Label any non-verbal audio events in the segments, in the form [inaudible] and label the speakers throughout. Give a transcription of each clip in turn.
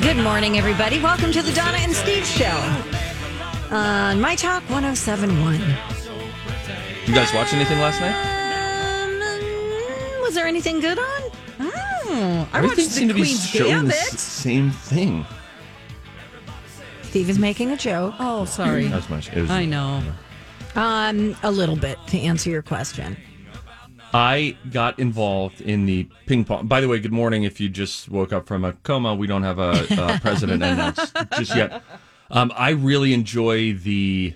Speaker 1: Good morning, everybody. Welcome to the Donna and Steve Show on My Talk 1071.
Speaker 2: You guys watch anything last night?
Speaker 1: Um, was there anything good on? Oh, I
Speaker 2: Everything
Speaker 1: watched
Speaker 2: seemed
Speaker 1: the
Speaker 2: to be
Speaker 1: Queen's
Speaker 2: showing the
Speaker 1: Gambit.
Speaker 2: s- same thing.
Speaker 1: Steve is making a joke.
Speaker 3: Oh, sorry.
Speaker 2: As much. It was,
Speaker 3: I know.
Speaker 1: Um, a little bit to answer your question.
Speaker 2: I got involved in the ping pong. By the way, good morning. If you just woke up from a coma, we don't have a, [laughs] uh president announced just yet. Um, I really enjoy the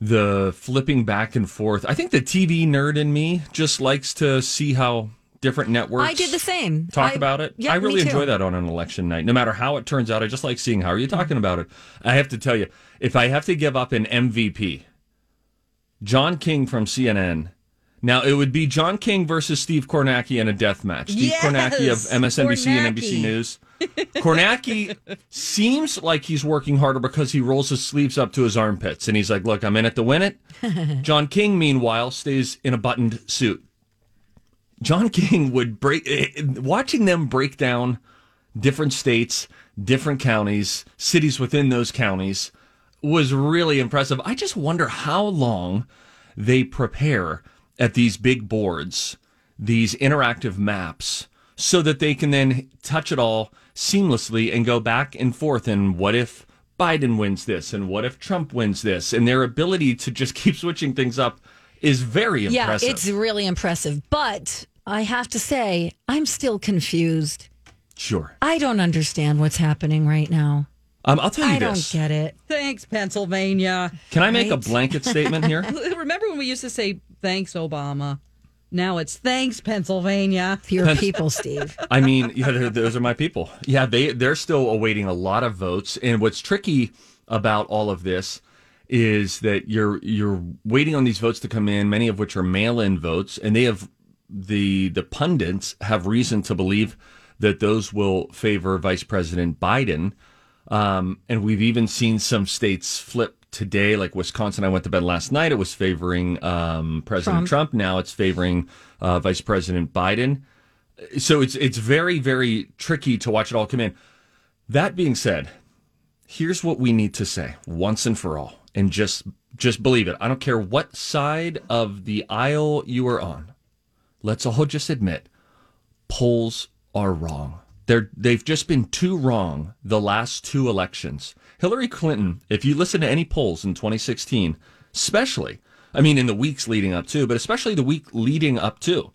Speaker 2: the flipping back and forth. I think the TV nerd in me just likes to see how different networks.
Speaker 1: I did the same.
Speaker 2: talk
Speaker 1: Um, I-
Speaker 2: about it.
Speaker 1: yeah,
Speaker 2: I
Speaker 1: me
Speaker 2: really
Speaker 1: too.
Speaker 2: enjoy that on an election night. No matter how it turns out, I just like seeing how are you talking about it. I have to tell you, if I have to give up an MVP, John King from CNN. Now it would be John King versus Steve Kornacki in a death match. Steve
Speaker 3: Yes!
Speaker 2: Kornacki of MSNBC and
Speaker 3: Kornacki.
Speaker 2: NBC News. Kornacki seems like he's working harder because he rolls his sleeves up to his armpits and he's like, "Look, I'm in it to win
Speaker 3: [laughs]
Speaker 2: it." John King, meanwhile, stays in a buttoned suit. John King would break eh, eh, watching them break down different states, different counties, cities within those counties was really impressive. I just wonder how long they prepare at these big boards, these interactive maps, so that they can then touch it all seamlessly and go back and forth. And what if Biden wins this? And what if Trump wins this? And their ability to just [laughs] keep switching things up is very impressive.
Speaker 1: Yeah, it's really impressive. But I have to say, I'm still confused.
Speaker 2: sure.
Speaker 1: I don't understand what's happening right now.
Speaker 2: Um, I'll tell you
Speaker 1: I don't
Speaker 2: this.
Speaker 1: get it.
Speaker 3: Thanks, Pennsylvania.
Speaker 2: Can I make a
Speaker 1: Right?
Speaker 2: blanket statement here?
Speaker 1: [laughs]
Speaker 3: Remember when we used to say thanks, Obama? Now it's thanks, Pennsylvania.
Speaker 1: For
Speaker 2: [laughs]
Speaker 1: your people, Steve.
Speaker 2: I mean, yeah, they're- those are my people. Yeah, they they're still awaiting a lot of votes. And what's tricky about all of this is that you're you're waiting on these votes to come in, many of which are mail-in votes, and they have the the pundits have reason to believe that those will favor Vice President Biden. Um, and we've even seen some states flip today, like Wisconsin. I went to bed last night; it was favoring um, President Trump. Now it's favoring uh, Vice President Biden so it's it's very very tricky to watch it all come in. That being said, here's what we need to say once and for all, and just just believe it. I don't care what side of the aisle you are on. Let's all just admit polls are wrong. They're they've just been too wrong the last two elections. Hillary Clinton, if you listen to any polls in 2016, especially, I mean in the weeks leading up to, but especially the week leading up to,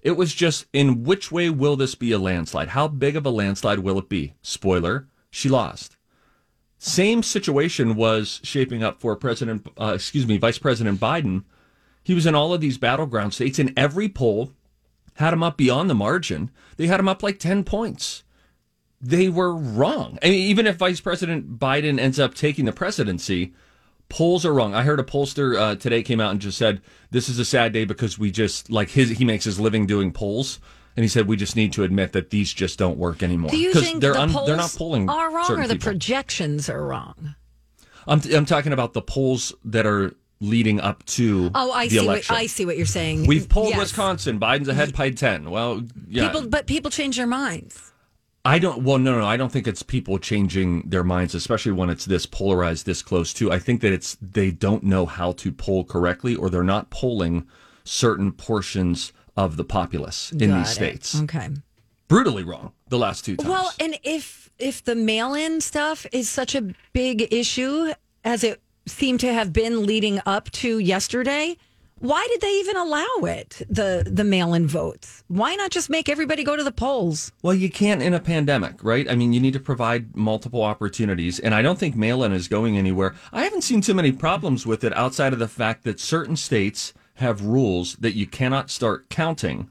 Speaker 2: it was just in which way will this be a landslide? How big of a landslide will it be? Spoiler, she lost. Same situation was shaping up for President, uh, excuse me, Vice President Biden. He was in all of these battleground states. In every poll, had him up beyond the margin. They had him up like 10 points. They were wrong. I mean, even if Vice President Biden ends up taking the presidency, polls are wrong. I heard a pollster uh, today came out and just said, This is a sad day because we just, like, his, he makes his living doing polls. And he said, We just need to admit that these just don't work anymore.
Speaker 1: Do you
Speaker 2: 'Cause
Speaker 1: think
Speaker 2: they're,
Speaker 1: the
Speaker 2: un-
Speaker 1: polls
Speaker 2: they're not polling
Speaker 1: are wrong
Speaker 2: certain
Speaker 1: or the
Speaker 2: people.
Speaker 1: projections are wrong?
Speaker 2: I'm, I'm talking about the polls that are leading up to
Speaker 1: Oh, I see.
Speaker 2: the
Speaker 1: What,
Speaker 2: election.
Speaker 1: I see what you're saying.
Speaker 2: We've polled
Speaker 1: Yes.
Speaker 2: Wisconsin. Biden's ahead by 10. Well, yeah.
Speaker 1: People, but people change their minds.
Speaker 2: I don't. Well, no, no. I don't think it's people changing their minds, especially when it's this polarized, this close to. I think that it's they don't know how to poll correctly, or they're not polling certain portions of the populace in
Speaker 1: Got
Speaker 2: these
Speaker 1: it.
Speaker 2: states.
Speaker 1: Okay.
Speaker 2: brutally wrong the last two times.
Speaker 1: Well, and if if the mail-in stuff is such a big issue as it seemed to have been leading up to yesterday, why did they even allow it? The the mail-in votes. Why not just make everybody go to the polls?
Speaker 2: Well, you can't in a pandemic, right? I mean, you need to provide multiple opportunities, and I don't think mail in is going anywhere. I haven't seen too many problems with it outside of the fact that certain states have rules that you cannot start counting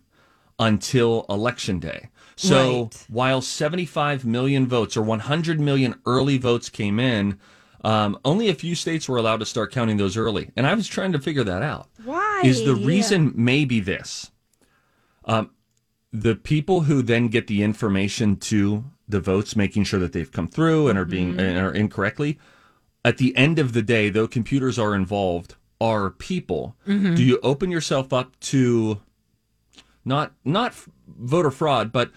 Speaker 2: until election day. So
Speaker 1: Right.
Speaker 2: while 75 million votes or 100 million early votes came in, um, only a few states were allowed to start counting those early. And I was trying to figure that out. Why? Is the reason maybe this? the people who then get the information to the votes, making sure that they've come through and are being and are incorrectly, at the end of the day, though computers are involved, are people. Do you open yourself up to not not f- voter fraud, but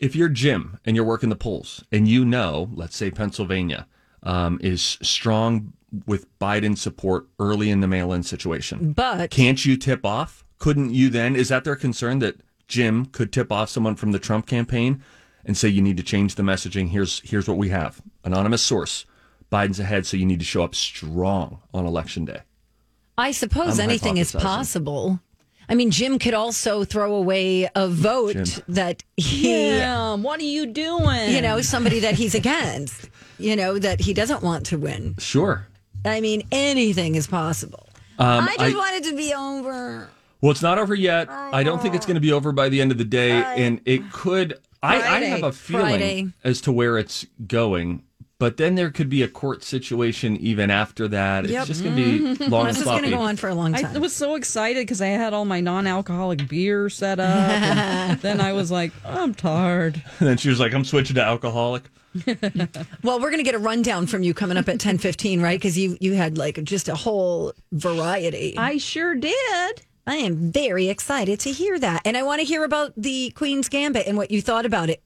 Speaker 2: if you're Jim and you're working the polls and you know, let's say Pennsylvania um, is strong with Biden support early in the mail-in situation,
Speaker 1: But
Speaker 2: can't you tip off? Couldn't you then? Is that their concern that Jim could tip off someone from the Trump campaign and say you need to change the messaging? Here's here's what we have. Anonymous source. Biden's ahead, so you need to show up strong on election day.
Speaker 1: I suppose
Speaker 2: I'm
Speaker 1: anything is
Speaker 2: hypothesizing.
Speaker 1: possible. I mean, Jim could also throw away a vote
Speaker 2: Jim.
Speaker 1: that he
Speaker 3: Damn, what are you doing?
Speaker 1: you know, somebody that he's against, you know, that he doesn't want to win.
Speaker 2: Sure.
Speaker 1: I mean, anything is possible.
Speaker 2: Um,
Speaker 1: I just want it to be over.
Speaker 2: well, it's not over yet. I don't
Speaker 1: Oh.
Speaker 2: think it's going to be over by the end of the day, and it could. I, I
Speaker 1: Friday.
Speaker 2: have a feeling
Speaker 1: Friday.
Speaker 2: as to where it's going, but then there could be a court situation even after that.
Speaker 1: Yep.
Speaker 2: It's just going
Speaker 1: [laughs]
Speaker 2: to be long
Speaker 1: This
Speaker 2: and
Speaker 1: is going
Speaker 2: sloppy.
Speaker 1: to go on for a long time.
Speaker 3: I was so excited because I had all my non-alcoholic beer set up. [laughs] and then I was like, I'm tired.
Speaker 2: [laughs] and then she was like, "I'm switching to alcoholic."
Speaker 1: well, we're going to get a rundown from you coming up at ten fifteen, right? Because you you had like just a whole variety.
Speaker 3: I sure did.
Speaker 1: I am very excited to hear that, and I want to hear about the Queen's Gambit and what you thought about it.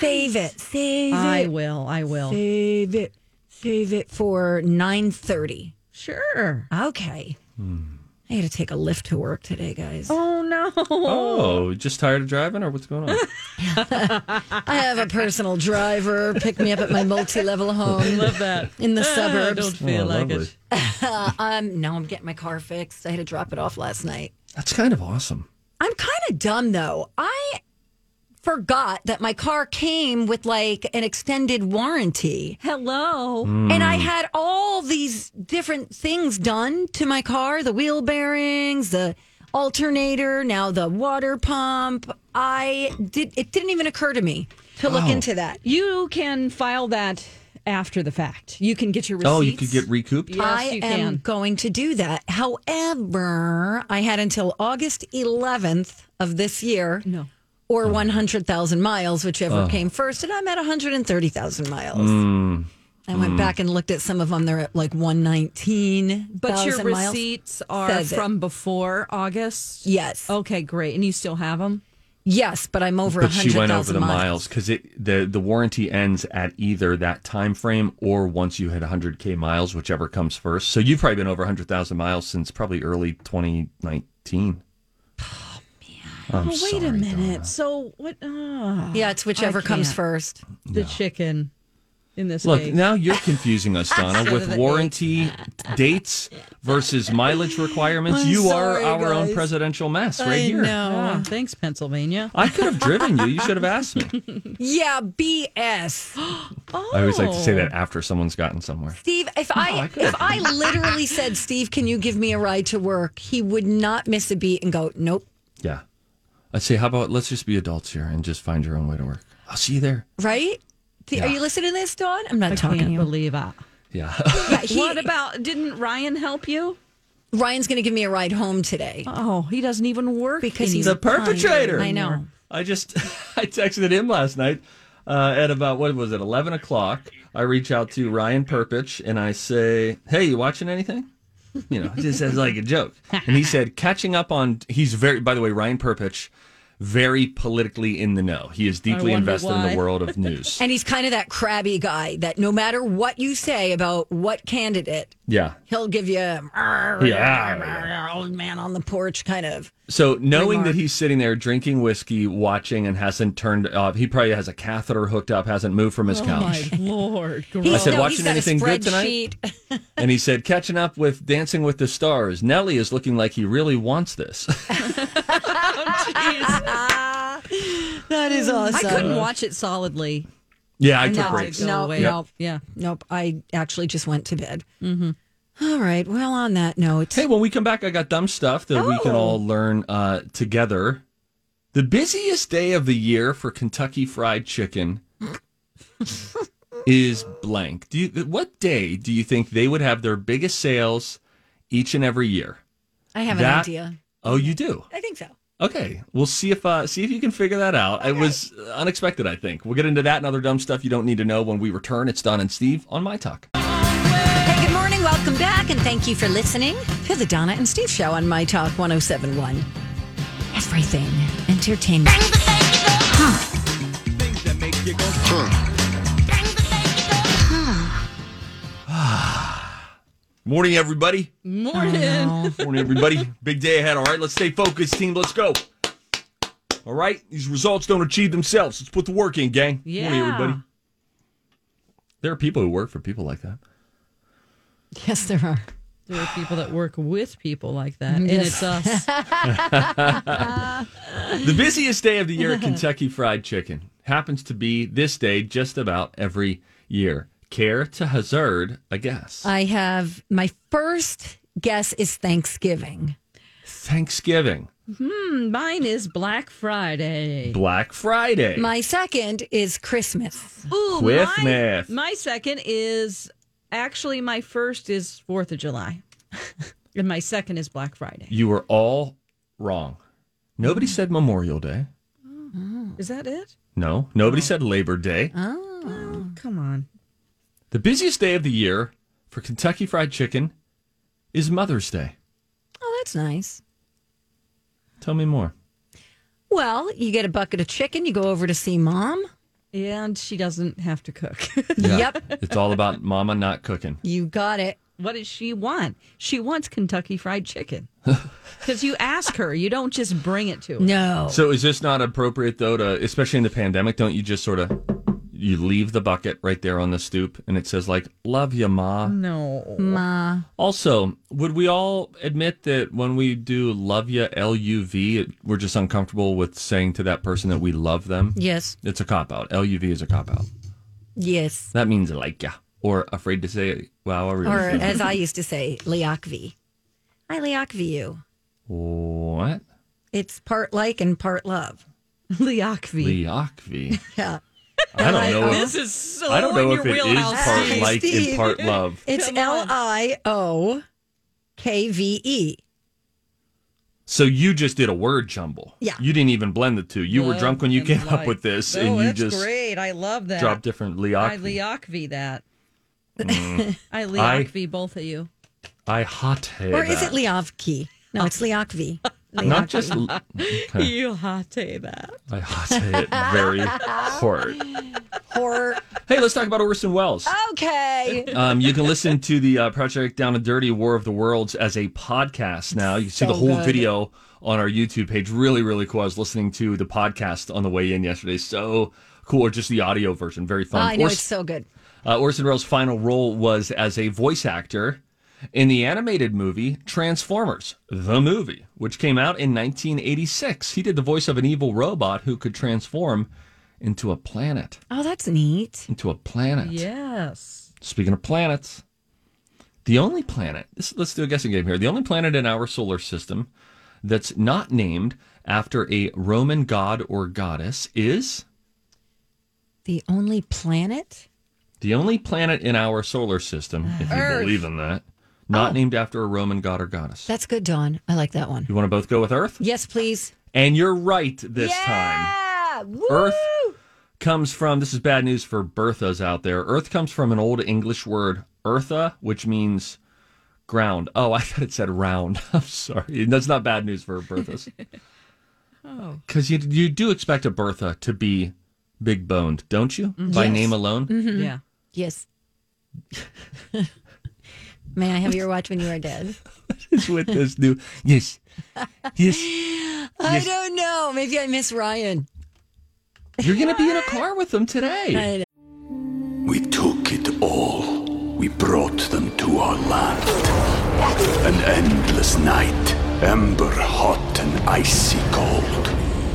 Speaker 1: Save it, save
Speaker 3: I
Speaker 1: it,
Speaker 3: will. I will.
Speaker 1: save it, save it for nine thirty.
Speaker 3: Sure.
Speaker 1: Okay. I had to take a lift to work today, guys.
Speaker 3: Oh no.
Speaker 2: Oh, just tired of driving, or
Speaker 1: [laughs]
Speaker 2: what's going on?
Speaker 1: I have a personal driver pick me up at my
Speaker 3: [laughs]
Speaker 1: multi-level home
Speaker 3: Love that. Ah,
Speaker 1: in the
Speaker 3: I don't
Speaker 1: suburbs.
Speaker 3: feel
Speaker 2: Oh,
Speaker 3: like
Speaker 2: lovely.
Speaker 3: it.
Speaker 1: Um, now I'm getting my car fixed. I had to drop it off last night.
Speaker 2: That's kind of awesome.
Speaker 1: I'm kind of dumb though. I forgot that my car came with like an extended warranty.
Speaker 3: Hello.
Speaker 2: Mm.
Speaker 1: And I had all these different things done to my car, the wheel bearings, the alternator, now the water pump. I did it didn't even occur to me to look into that.
Speaker 3: You can file that after the fact. You can get your receipts.
Speaker 2: Oh, you could get recouped.
Speaker 3: Yes,
Speaker 1: I
Speaker 3: you
Speaker 1: am
Speaker 3: can.
Speaker 1: going to do that. However, I had until August 11th of this year.
Speaker 3: No.
Speaker 1: Or 100,000 miles,
Speaker 2: Oh.
Speaker 1: whichever came first. And I'm at 130,000 miles.
Speaker 2: Hmm.
Speaker 1: I went back and looked at some of them. They're at like 119.
Speaker 3: But your receipts are
Speaker 1: Says it.
Speaker 3: from before August.
Speaker 1: Yes.
Speaker 3: Okay, great. And you still have them?
Speaker 1: Yes, but I'm over
Speaker 2: But she went over
Speaker 1: 100,000
Speaker 2: the
Speaker 1: miles.
Speaker 2: miles because it the the warranty ends at either that time frame or once you hit 100k miles, whichever comes first. So you've probably been over 100,000 miles since probably early 2019. Oh man!
Speaker 3: oh, wait a minute. So what? ah,
Speaker 1: Yeah, it's whichever comes
Speaker 3: can't.
Speaker 1: first.
Speaker 3: the chicken in this
Speaker 2: Look,
Speaker 3: case.
Speaker 2: now
Speaker 1: [laughs]
Speaker 2: you're confusing us, Donna,
Speaker 1: of
Speaker 2: with
Speaker 1: the
Speaker 2: warranty [laughs] dates versus mileage requirements.
Speaker 1: I'm
Speaker 2: you
Speaker 1: sorry,
Speaker 2: are our own
Speaker 1: guys.
Speaker 2: presidential mess right
Speaker 1: I
Speaker 2: here.
Speaker 1: know.
Speaker 3: Ah, thanks, Pennsylvania.
Speaker 2: I could have driven you. You should have
Speaker 1: [laughs]
Speaker 2: asked me.
Speaker 1: Yeah, BS.
Speaker 2: I always like to say that after someone's gotten somewhere.
Speaker 1: Steve, if
Speaker 2: Oh,
Speaker 1: I, if I literally said, Steve, can you give me a ride to work? He would not miss a beat and go, nope.
Speaker 2: Yeah. I'd say, how about let's just be adults here and just find your own way to work. I'll see you there.
Speaker 1: Right? Th- Are
Speaker 2: Yeah.
Speaker 1: you listening to this, Dawn? I'm not
Speaker 3: I
Speaker 1: talking to
Speaker 3: can't
Speaker 1: you.
Speaker 3: believe it.
Speaker 2: Yeah. [laughs]
Speaker 1: Yeah, he-
Speaker 3: What about? Didn't Ryan help you?
Speaker 1: Ryan's going to give me a ride home today.
Speaker 3: Oh, he doesn't even work
Speaker 1: Because he's
Speaker 2: the
Speaker 3: anymore.
Speaker 2: perpetrator.
Speaker 1: I
Speaker 2: [laughs]
Speaker 1: know.
Speaker 2: I just, I texted him last night uh, at about, what was it, 11 o'clock. I reach out to Ryan Perpich and I say, hey, you watching anything? You know, just as like a joke. And he said, catching up on, he's very, by the way, Ryan Perpich, very politically in the know. He is deeply
Speaker 3: wonder
Speaker 2: invested in
Speaker 3: why.
Speaker 2: the world of
Speaker 1: [laughs]
Speaker 2: news.
Speaker 1: And he's kind of that crabby guy that no matter what you say about what candidate,
Speaker 2: Yeah.
Speaker 1: He'll give you
Speaker 2: Yeah.
Speaker 1: old man on the porch kind of.
Speaker 2: So knowing
Speaker 1: Remark.
Speaker 2: that he's sitting there drinking whiskey, watching, and hasn't turned off, he probably has a catheter hooked up, hasn't moved from his
Speaker 3: Oh
Speaker 2: couch.
Speaker 3: my lord!
Speaker 2: I
Speaker 3: Gross.
Speaker 2: said,
Speaker 1: no,
Speaker 2: "Watching
Speaker 1: got a
Speaker 2: anything good tonight?"
Speaker 1: spreadsheet.
Speaker 2: And he said, catching up with Dancing with the Stars. Nelly is looking like he really wants this. [laughs]
Speaker 1: That is
Speaker 4: I
Speaker 1: awesome.
Speaker 4: couldn't watch it solidly.
Speaker 2: yeah, I took
Speaker 1: no,
Speaker 2: breaks.
Speaker 1: no,
Speaker 2: Yep.
Speaker 1: no,
Speaker 3: Yeah.
Speaker 1: nope. I actually just went to bed.
Speaker 2: Mm-hmm.
Speaker 1: All right. Well, on that note,
Speaker 2: Hey, when we come back, I got dumb stuff that we can all learn uh, together. The busiest day of the year for Kentucky Fried Chicken is blank. Do you, what day do you think they would have their biggest sales each and every year?
Speaker 1: I have an
Speaker 2: That-
Speaker 1: idea.
Speaker 2: Oh, you do.
Speaker 1: I think so.
Speaker 2: Okay, we'll see if uh, see if you can figure that out. It was unexpected, I think. We'll get into that and other dumb stuff you don't need to know when we return. It's Don and Steve on My Talk.
Speaker 1: Hey, good morning. Welcome back, and thank you for listening to the Donna and Steve Show on My Talk 1071. Everything entertainment. [laughs]
Speaker 2: Morning, everybody.
Speaker 4: Morning.
Speaker 2: Morning, everybody. Big day ahead. All right, let's stay focused, team. Let's go. All right, these results don't achieve themselves. Let's put the work in, gang. Morning,
Speaker 4: Yeah.
Speaker 2: everybody. There are people who work for people like that.
Speaker 1: Yes, there are.
Speaker 3: There are people that work with people like that, and it's us.
Speaker 2: The busiest day of
Speaker 1: [laughs]
Speaker 2: the year at Kentucky Fried Chicken happens to be this day just about every year. Care to hazard a guess?
Speaker 1: I have my first guess is Thanksgiving.
Speaker 2: Thanksgiving,
Speaker 3: Mine is Black Friday.
Speaker 2: Black Friday,
Speaker 1: My second is Christmas.
Speaker 3: Ooh, my,
Speaker 2: Christmas.
Speaker 3: my second is actually my first is Fourth of July, [laughs] and my second is Black Friday.
Speaker 2: You were all wrong. Nobody said Memorial Day.
Speaker 3: Is that it?
Speaker 2: No, nobody said Labor Day.
Speaker 3: Come on.
Speaker 2: The busiest day of the year for Kentucky Fried Chicken is Mother's Day.
Speaker 1: Oh, that's nice.
Speaker 2: Tell me more.
Speaker 1: Well, you get a bucket of chicken, you go over to see mom.
Speaker 3: And she doesn't have to cook. [laughs]
Speaker 1: Yep,
Speaker 2: It's all about mama not cooking.
Speaker 1: you got it.
Speaker 3: what does she want? She wants Kentucky Fried
Speaker 2: [laughs]
Speaker 3: Chicken. Because you ask her, you don't just bring it to her.
Speaker 1: No.
Speaker 2: So is this not appropriate though to especially in the pandemic, don't you just sort of you leave the bucket right there on the stoop and it says like love you ma.
Speaker 3: No.
Speaker 2: Also, would we all admit that when we do love you L U V, we're just uncomfortable with saying to that person that we love them?
Speaker 1: Yes.
Speaker 2: It's a cop out. L U V is a cop out.
Speaker 1: Yes.
Speaker 2: That means like ya or afraid to say it. Wow, I really
Speaker 1: Or
Speaker 2: think-
Speaker 1: as I used to say, Liakvi. I Liakvi you.
Speaker 2: What?
Speaker 1: It's part like and part love.
Speaker 3: Liakvi. [laughs]
Speaker 2: Liakvi.
Speaker 1: Yeah.
Speaker 2: I don't know. If,
Speaker 3: This is so
Speaker 2: I don't know
Speaker 3: in
Speaker 2: if
Speaker 3: your
Speaker 2: it is
Speaker 3: wheelhouse.
Speaker 2: part
Speaker 1: Steve.
Speaker 2: like
Speaker 3: [laughs]
Speaker 2: and part love.
Speaker 1: It's
Speaker 3: Come on.
Speaker 1: L I O K V E.
Speaker 2: So you just did a word jumble.
Speaker 1: Yeah. Oh,
Speaker 2: You didn't even blend the two. You were
Speaker 3: Love
Speaker 2: drunk when you
Speaker 3: and
Speaker 2: came up
Speaker 3: life.
Speaker 2: with this,
Speaker 3: Oh,
Speaker 2: and you
Speaker 3: that's
Speaker 2: just
Speaker 3: great. I love that.
Speaker 2: dropped different
Speaker 3: I
Speaker 2: Liakvi. Mm.
Speaker 3: Liakvi that. [laughs] I
Speaker 2: I-
Speaker 3: Liakvi both of you.
Speaker 2: I hot hate
Speaker 1: Or is it
Speaker 2: that.
Speaker 1: Liavki? No, it's Liakvi.
Speaker 2: Not just.
Speaker 1: [laughs]
Speaker 2: Okay.
Speaker 3: You hate that.
Speaker 2: I hot hate it very hard.
Speaker 1: Or
Speaker 2: Hey, let's talk about Orson Welles. [laughs]
Speaker 1: okay.
Speaker 2: Um, you can listen to the uh, Project Down and Dirty War of the Worlds as a podcast now. You can see the whole video on our YouTube page. Really, really cool. I was listening to the podcast on the way in yesterday. So cool. Or just the audio version. Very fun.
Speaker 1: I know
Speaker 2: Ors-
Speaker 1: it's so good.
Speaker 2: uh, Orson Welles' final role was as a voice actor in the animated movie Transformers, the movie, which came out in 1986. He did the voice of an evil robot who could transform into a planet.
Speaker 1: Oh, that's neat.
Speaker 2: Into a planet.
Speaker 3: Yes.
Speaker 2: Speaking of planets, the only planet, this, let's do a guessing game here. The only planet in our solar system that's not named after a Roman god or goddess is
Speaker 1: The only planet?
Speaker 2: the only planet in our solar system, if you believe in that, not named after a Roman god or goddess.
Speaker 1: That's good, Dawn. I like that one.
Speaker 2: You want to both go with Earth?
Speaker 1: Yes, please.
Speaker 2: And you're right this time.
Speaker 1: Yeah. Woo!
Speaker 2: Earth comes from, this is bad news for Berthas out there. Earth comes from an old English word, eartha, which means ground. Oh, I [laughs] thought it said round. I'm sorry. That's not bad news for Berthas. Because you, you do expect a Bertha to be big boned,
Speaker 1: Mm-hmm.
Speaker 4: Mm-hmm.
Speaker 2: don't you? By name alone?
Speaker 3: Yeah.
Speaker 1: Yes. [laughs] May I have your watch when you are dead?
Speaker 2: is [laughs] with this new. Yes. Yes.
Speaker 1: I
Speaker 2: Yes.
Speaker 1: don't know. Maybe I miss Ryan.
Speaker 2: You're going to be
Speaker 1: [laughs]
Speaker 2: in a car with them
Speaker 1: I-
Speaker 2: today.
Speaker 5: We took it all. We brought them to our land. An endless night, ember hot and icy cold.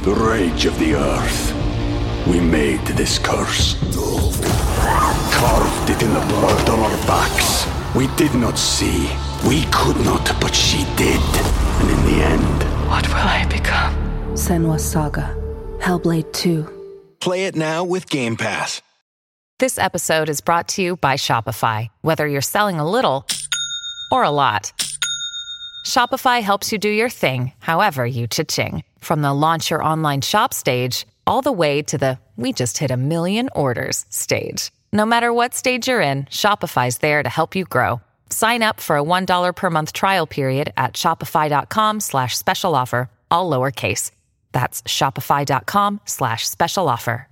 Speaker 5: The rage of the earth. We made this curse. Carved it in the blood on our backs. We did not see. We could not, but she did. And in the end,
Speaker 6: What will I become? Senwa Saga. Hellblade 2.
Speaker 7: Play it now with Game Pass.
Speaker 8: This episode is brought to you by Shopify. Whether you're selling a little or a lot, Shopify helps you do your thing, however you cha-ching. From the launch your online shop stage, all the way to the we just hit a million orders stage. No matter what stage you're in, Shopify's there to help you grow. Sign up for a $1 per month trial period at shopify.com slash special offer, all lowercase. That's shopify.com slash special offer.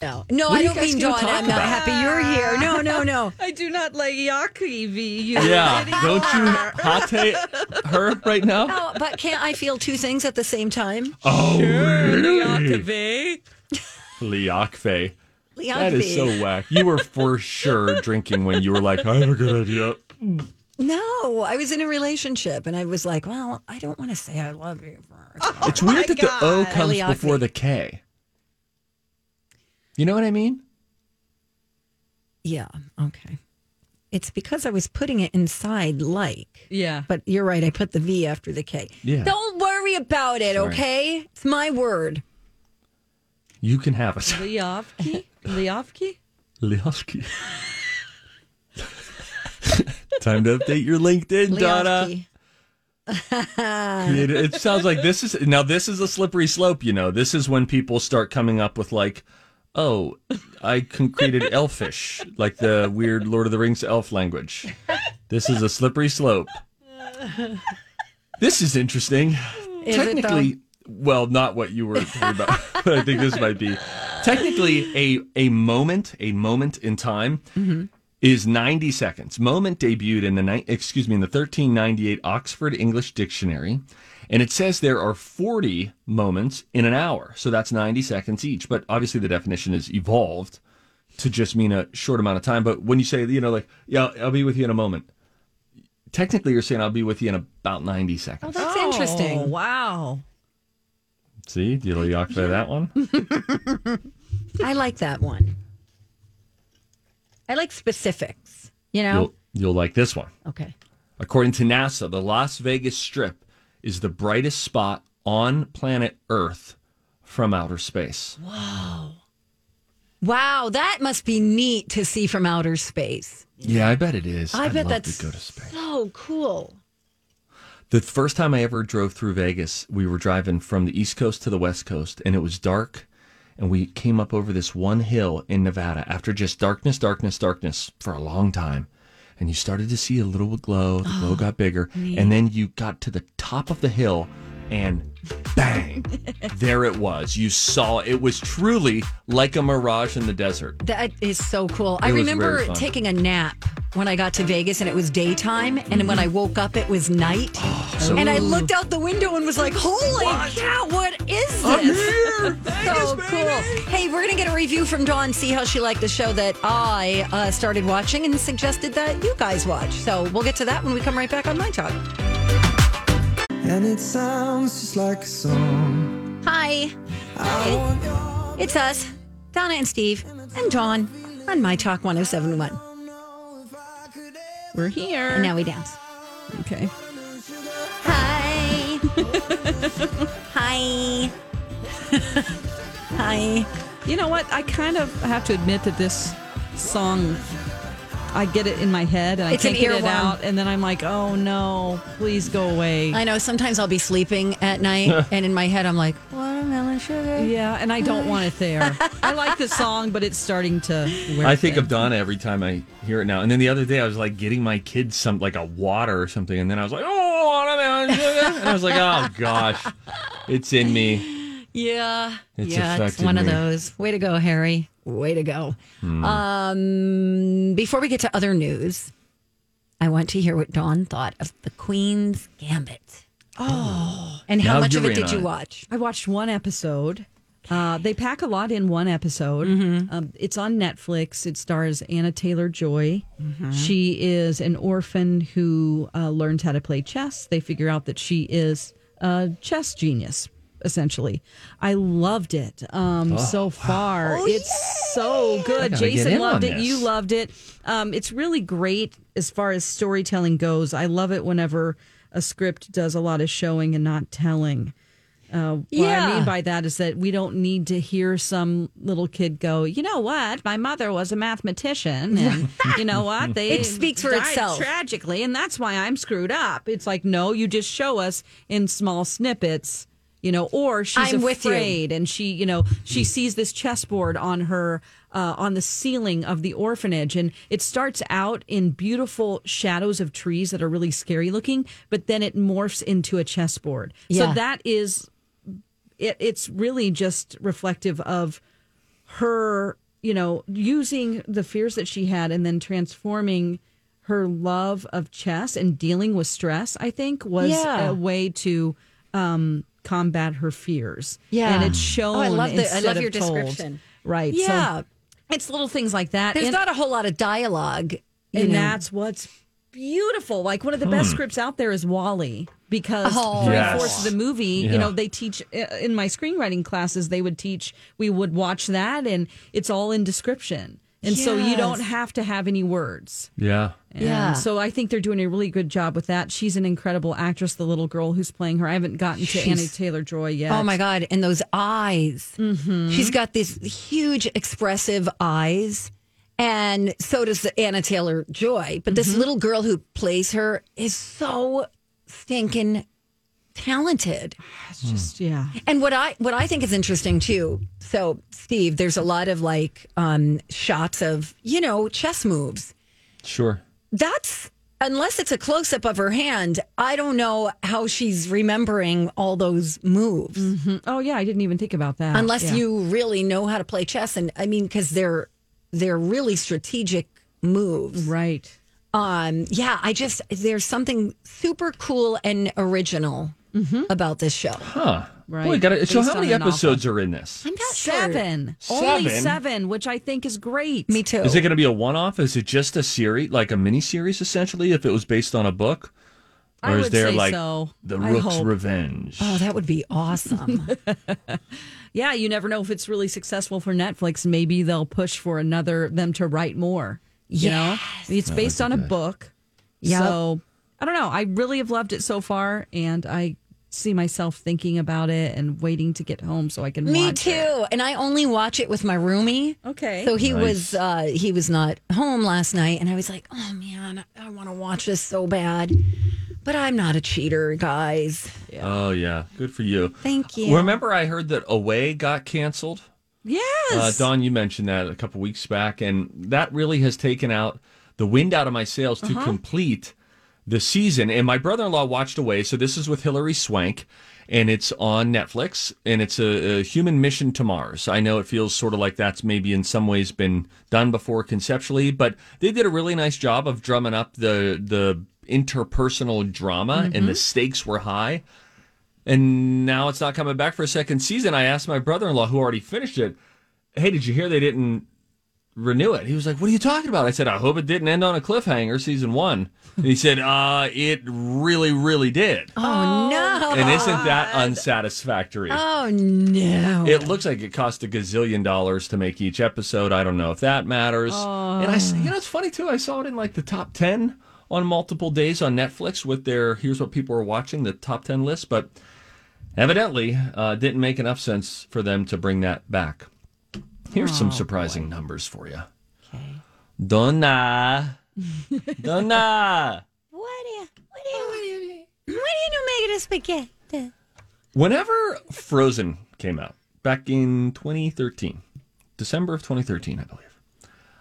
Speaker 1: No, no,
Speaker 2: What
Speaker 1: I
Speaker 2: are you
Speaker 1: don't
Speaker 2: guys
Speaker 1: mean
Speaker 2: gonna
Speaker 1: Dawn.
Speaker 2: talk
Speaker 1: I'm not
Speaker 2: about?
Speaker 1: happy you're here. No, no, no.
Speaker 4: I do not like Yaki V. You
Speaker 2: Yeah. Don't you hot take her
Speaker 1: [laughs]
Speaker 2: right
Speaker 1: [laughs]
Speaker 2: now?
Speaker 1: No, but can't I feel two things at the same time?
Speaker 2: Oh,
Speaker 4: Yaki
Speaker 2: really?
Speaker 4: V.
Speaker 2: Liakve.
Speaker 1: Leon
Speaker 2: That
Speaker 1: B.
Speaker 2: is so whack. You were
Speaker 1: [laughs]
Speaker 2: for sure drinking when you were like, I have a good idea.
Speaker 1: No, I was in a relationship and I was like, well, I don't want to say I love you. First.
Speaker 2: It's weird that the O
Speaker 1: Oh God.
Speaker 2: comes
Speaker 1: Liakve.
Speaker 2: before the K. You know what I mean?
Speaker 1: Yeah, okay. It's because I was putting it inside like,
Speaker 4: Yeah.
Speaker 1: but you're right. I put the V after the K.
Speaker 2: Yeah.
Speaker 1: Don't worry about it,
Speaker 2: Sorry.
Speaker 1: okay? It's my word.
Speaker 2: You can
Speaker 1: [laughs]
Speaker 2: have us.
Speaker 4: Liavki? Liavki?
Speaker 2: Liosky. [laughs] Time to update your LinkedIn, Donna.
Speaker 1: Leofsky. [laughs]
Speaker 2: It, it sounds like this is now this is a slippery slope, you know. This is when people start coming up with like, oh, I concreted elfish, like the weird Lord of the Rings elf language. This is a slippery slope. This is interesting.
Speaker 1: Is it though?
Speaker 2: Technically, well, not what you were talking about, [laughs] but I think this might be technically a a moment, a moment in time is 90 seconds. Moment debuted in the ni- excuse me in the 1398 Oxford English Dictionary, and it says there are 40 moments in an hour. So that's 90 seconds each. But obviously the definition is evolved to just mean a short amount of time. But when you say you know like yeah, I'll- I'll be with you in a moment. Technically, you're saying I'll be with you in about 90 seconds.
Speaker 1: That's
Speaker 4: Oh,
Speaker 1: interesting.
Speaker 9: Wow.
Speaker 2: See, did you like that one?
Speaker 1: I like that one. I like specifics, you know?
Speaker 2: You'll, you'll like this one.
Speaker 1: okay.
Speaker 2: According to NASA, the Las Vegas Strip is the brightest spot on planet Earth from outer space.
Speaker 1: Wow, that must be neat to see from outer space.
Speaker 2: Yeah, I bet it is.
Speaker 1: I
Speaker 2: I'd
Speaker 1: bet
Speaker 2: love
Speaker 1: that's
Speaker 2: to go to space.
Speaker 1: so Oh, cool.
Speaker 2: The first time I ever drove through Vegas, we were driving from the East Coast to the West Coast, and it was dark. And we came up over this one hill in Nevada after just darkness, darkness, darkness for a long time. And you started to see a little glow. The glow got bigger. And then you got to the top of the hill, and bang, there it was. You saw it was truly like a mirage in the desert.
Speaker 1: That is so cool. I
Speaker 2: It was
Speaker 1: remember
Speaker 2: very fun.
Speaker 1: taking a nap when I got to Vegas and it was daytime. And when I woke up, it was night.
Speaker 2: Oh, so-
Speaker 1: and I looked out the window and was like, holy cow, what is this? [laughs] so cool. Hey, we're going to get a review from Dawn, see how she liked the show that I uh, started watching and suggested that you guys watch. So we'll get to that when we come right back on My Talk.
Speaker 10: And it sounds just like a song.
Speaker 1: Hi. It's us, Donna and Steve, and Dawn on My Talk 1071.
Speaker 4: We're here.
Speaker 1: And now we dance.
Speaker 4: Okay.
Speaker 1: Hi. Hi. Hi.
Speaker 4: You know what? I kind of have to admit that this song, I get it in my head and
Speaker 1: It's
Speaker 4: I
Speaker 1: an
Speaker 4: can't get it
Speaker 1: earworm.
Speaker 4: out, and then I'm like, oh no, please go away.
Speaker 1: I know sometimes I'll be sleeping at [laughs] night and in my head I'm like, watermelon sugar.
Speaker 4: yeah, and I don't want it there. I like the song, but it's starting to. Wear
Speaker 2: I think
Speaker 4: thin.
Speaker 2: of Donna every time I hear it now. And then the other day, I was like getting my kids some like a water or something, and then I was like, "Oh, watermelon sugar," and I was like, "Oh gosh, it's in me."
Speaker 1: Yeah.
Speaker 2: It's
Speaker 1: yeah, it's
Speaker 2: affected
Speaker 1: one of
Speaker 2: me.
Speaker 1: those. Way to go, Hmm. Harry. Way to go. Um, before we get to other news, I want to hear what Dawn thought of the Queen's Gambit.
Speaker 4: Oh.
Speaker 1: And how Now much of it you're in did you on it. watch?
Speaker 4: I watched one episode. Uh, they pack a lot in one episode.
Speaker 3: Mm-hmm.
Speaker 4: Um, it's on Netflix. It stars Anna Taylor Joy.
Speaker 3: Mm-hmm.
Speaker 4: She is an orphan who uh, learns how to play chess. They figure out that she is a chess genius, essentially. I loved it um,
Speaker 3: Oh,
Speaker 4: so
Speaker 3: wow.
Speaker 4: far.
Speaker 3: Oh,
Speaker 4: it's so
Speaker 3: I gotta
Speaker 4: good.
Speaker 3: get
Speaker 4: Jason
Speaker 3: in
Speaker 4: loved
Speaker 3: on
Speaker 4: it. You
Speaker 3: this.
Speaker 4: loved it. Um, it's really great as far as storytelling goes. I love it whenever a script does a lot of showing and not telling. Uh, what I
Speaker 1: Yeah.
Speaker 4: mean by that is that we don't need to hear some little kid go, you know what? My mother was a mathematician, and you know what? They
Speaker 1: It speaks for
Speaker 4: died
Speaker 1: itself.
Speaker 4: tragically, and that's why I'm screwed up. It's like, no, you just show us in small snippets, you know, or she's
Speaker 1: I'm with you.
Speaker 4: afraid, and she, you know, she sees this chessboard on her uh, on the ceiling of the orphanage, and it starts out in beautiful shadows of trees that are really scary looking, but then it morphs into a chessboard.
Speaker 1: Yeah.
Speaker 4: So that is it, it's really just reflective of her, you know, using the fears that she had and then transforming her love of chess and dealing with stress, I think, was
Speaker 1: Yeah.
Speaker 4: a way to um, combat her fears.
Speaker 1: Yeah.
Speaker 4: And it's
Speaker 1: Oh,
Speaker 4: shown.
Speaker 1: I love the- I
Speaker 4: instead
Speaker 1: love
Speaker 4: of
Speaker 1: your
Speaker 4: told.
Speaker 1: description.
Speaker 4: Right. so
Speaker 1: Yeah.
Speaker 4: it's little things like that.
Speaker 1: There's
Speaker 4: And-
Speaker 1: not a whole lot of dialogue. you
Speaker 4: and
Speaker 1: know. Hmm.
Speaker 4: that's what's beautiful. Like one of the best scripts out there is Wally because
Speaker 1: Oh.
Speaker 4: three
Speaker 1: Yes.
Speaker 4: fourths of the movie, you
Speaker 1: Yeah.
Speaker 4: know, they teach uh, in my screenwriting classes. They would teach we would watch that, and it's all in description, and so you don't
Speaker 1: Yes.
Speaker 4: have to have any words.
Speaker 2: Yeah.
Speaker 4: And So I think they're doing a really good job with that. She's an incredible actress. The little girl who's playing her. I haven't gotten to
Speaker 1: She's-
Speaker 4: Annie Taylor Joy yet.
Speaker 1: Oh my God. And those eyes. She's got these huge, expressive eyes. And so does Anna Taylor Joy. But this little girl who plays her is so stinking talented.
Speaker 4: It's just yeah.
Speaker 1: And what I what I think is interesting too. So Steve, there's a lot of like um, shots of you know chess moves.
Speaker 2: Sure.
Speaker 1: That's unless it's a close up of her hand. I don't know how she's remembering all those moves
Speaker 4: Mhm. Oh yeah, I didn't even think about that.
Speaker 1: unless
Speaker 4: Yeah.
Speaker 1: you really know how to play chess. And I mean, because they're they're really strategic moves,
Speaker 4: right?
Speaker 1: Um, yeah. I just there's something super cool and original
Speaker 4: Mm-hmm.
Speaker 1: about this show.
Speaker 2: Huh.
Speaker 4: Right.
Speaker 2: Boy, gotta, so
Speaker 4: Based
Speaker 2: how
Speaker 4: on
Speaker 2: many
Speaker 4: a novel.
Speaker 2: episodes are in this?
Speaker 1: I'm not sure.
Speaker 4: Seven. Only
Speaker 2: Seven?
Speaker 4: seven, which I think is great.
Speaker 1: Me too.
Speaker 2: Is it going to be a one-off? Is it just a series, like a mini-series, essentially? If it was based on a book,
Speaker 4: I
Speaker 2: or is
Speaker 4: would
Speaker 2: there
Speaker 4: say
Speaker 2: like
Speaker 4: so.
Speaker 2: the
Speaker 4: I
Speaker 2: Rook's
Speaker 4: hope. Uh,
Speaker 2: Revenge?
Speaker 1: Oh, that would be
Speaker 4: [laughs]
Speaker 1: awesome.
Speaker 4: Yeah, you never know if it's really successful for Netflix. Maybe they'll push for another them to write more. You know,
Speaker 2: Oh,
Speaker 4: it's based on a book.
Speaker 1: Yep.
Speaker 4: So I don't know. I really have loved it so far, and I see myself thinking about it and waiting to get home so I can.
Speaker 1: Me
Speaker 4: watch
Speaker 1: too. And I only watch it with my roomie.
Speaker 4: Okay.
Speaker 1: So he
Speaker 4: Nice.
Speaker 1: was uh he was not home last night and I was like, "Oh man, I want to watch this so bad." But I'm not a cheater, guys.
Speaker 2: Oh yeah, good for you.
Speaker 1: Thank you.
Speaker 2: Remember, I heard that Away got canceled. Uh,
Speaker 4: Yes.
Speaker 2: Don, you mentioned that a couple weeks back, and that really has taken out the wind out of my sails to complete the season. And my brother in law watched Away, so this is with Hilary Swank, and it's on Netflix, and it's a, a human mission to Mars. I know it feels sort of like that's maybe in some ways been done before conceptually, but they did a really nice job of drumming up the the interpersonal drama, and the stakes were high and now it's not coming back for a second season. I asked my brother in law, who already finished it, hey, did you hear they didn't renew it? He was like, what are you talking about? I said, I hope it didn't end on a cliffhanger, season one. And he said, uh, it really, really did.
Speaker 1: Oh, no.
Speaker 2: And isn't that unsatisfactory?
Speaker 1: Oh no.
Speaker 2: It looks like it cost a gazillion dollars to make each episode. I don't know if that matters.
Speaker 1: Oh.
Speaker 2: And I, s- you know, it's funny too. I saw it in like the top ten on multiple days on Netflix with their here's what people are watching the top ten list, but evidently uh, didn't make enough sense for them to bring that back. Here's
Speaker 11: Oh,
Speaker 2: some surprising numbers for you.
Speaker 11: [laughs]
Speaker 2: Donna, Donna.
Speaker 11: What do you, what do you, what do you, what do you do, make it a spaghetti?
Speaker 2: Whenever Frozen came out back in 2013, December of 2013, I believe,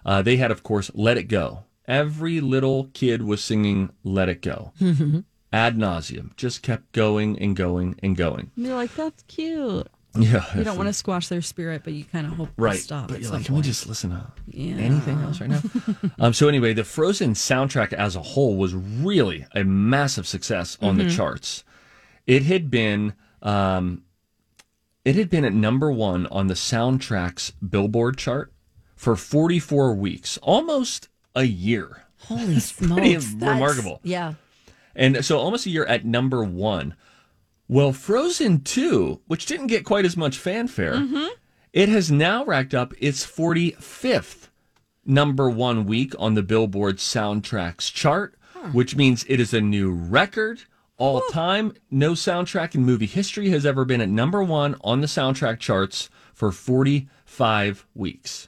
Speaker 2: uh, they had, of course, Let It Go. Every little kid was singing Let It Go
Speaker 11: Hmm.
Speaker 2: ad nauseum, just kept going and going and going.
Speaker 4: And You're like, that's cute.
Speaker 2: Yeah,
Speaker 4: you
Speaker 2: if
Speaker 4: don't
Speaker 2: we-
Speaker 4: want to squash their spirit, but you kind of hope they'll
Speaker 2: Right.
Speaker 4: stop.
Speaker 2: But
Speaker 4: at
Speaker 2: you're
Speaker 4: some
Speaker 2: like, can we
Speaker 4: point."
Speaker 2: just listen to
Speaker 4: Yeah.
Speaker 2: anything else right now? [laughs] um, so anyway, the Frozen soundtrack as a whole was really a massive success on the
Speaker 4: Mm-hmm.
Speaker 8: Mhm.
Speaker 2: charts. It had been um, it had been at number one on the soundtracks Billboard chart for 44 weeks, almost a year.
Speaker 1: Holy
Speaker 2: pretty
Speaker 1: smokes, that's-
Speaker 2: remarkable.
Speaker 1: Yeah.
Speaker 2: And so almost a year at number one. Well, Frozen 2, which didn't get quite as much fanfare, it has now racked up its 45th number one week on the Billboard soundtracks chart, which means it is a new record all time. No soundtrack in movie history has ever been at number one on the soundtrack charts for 45 weeks.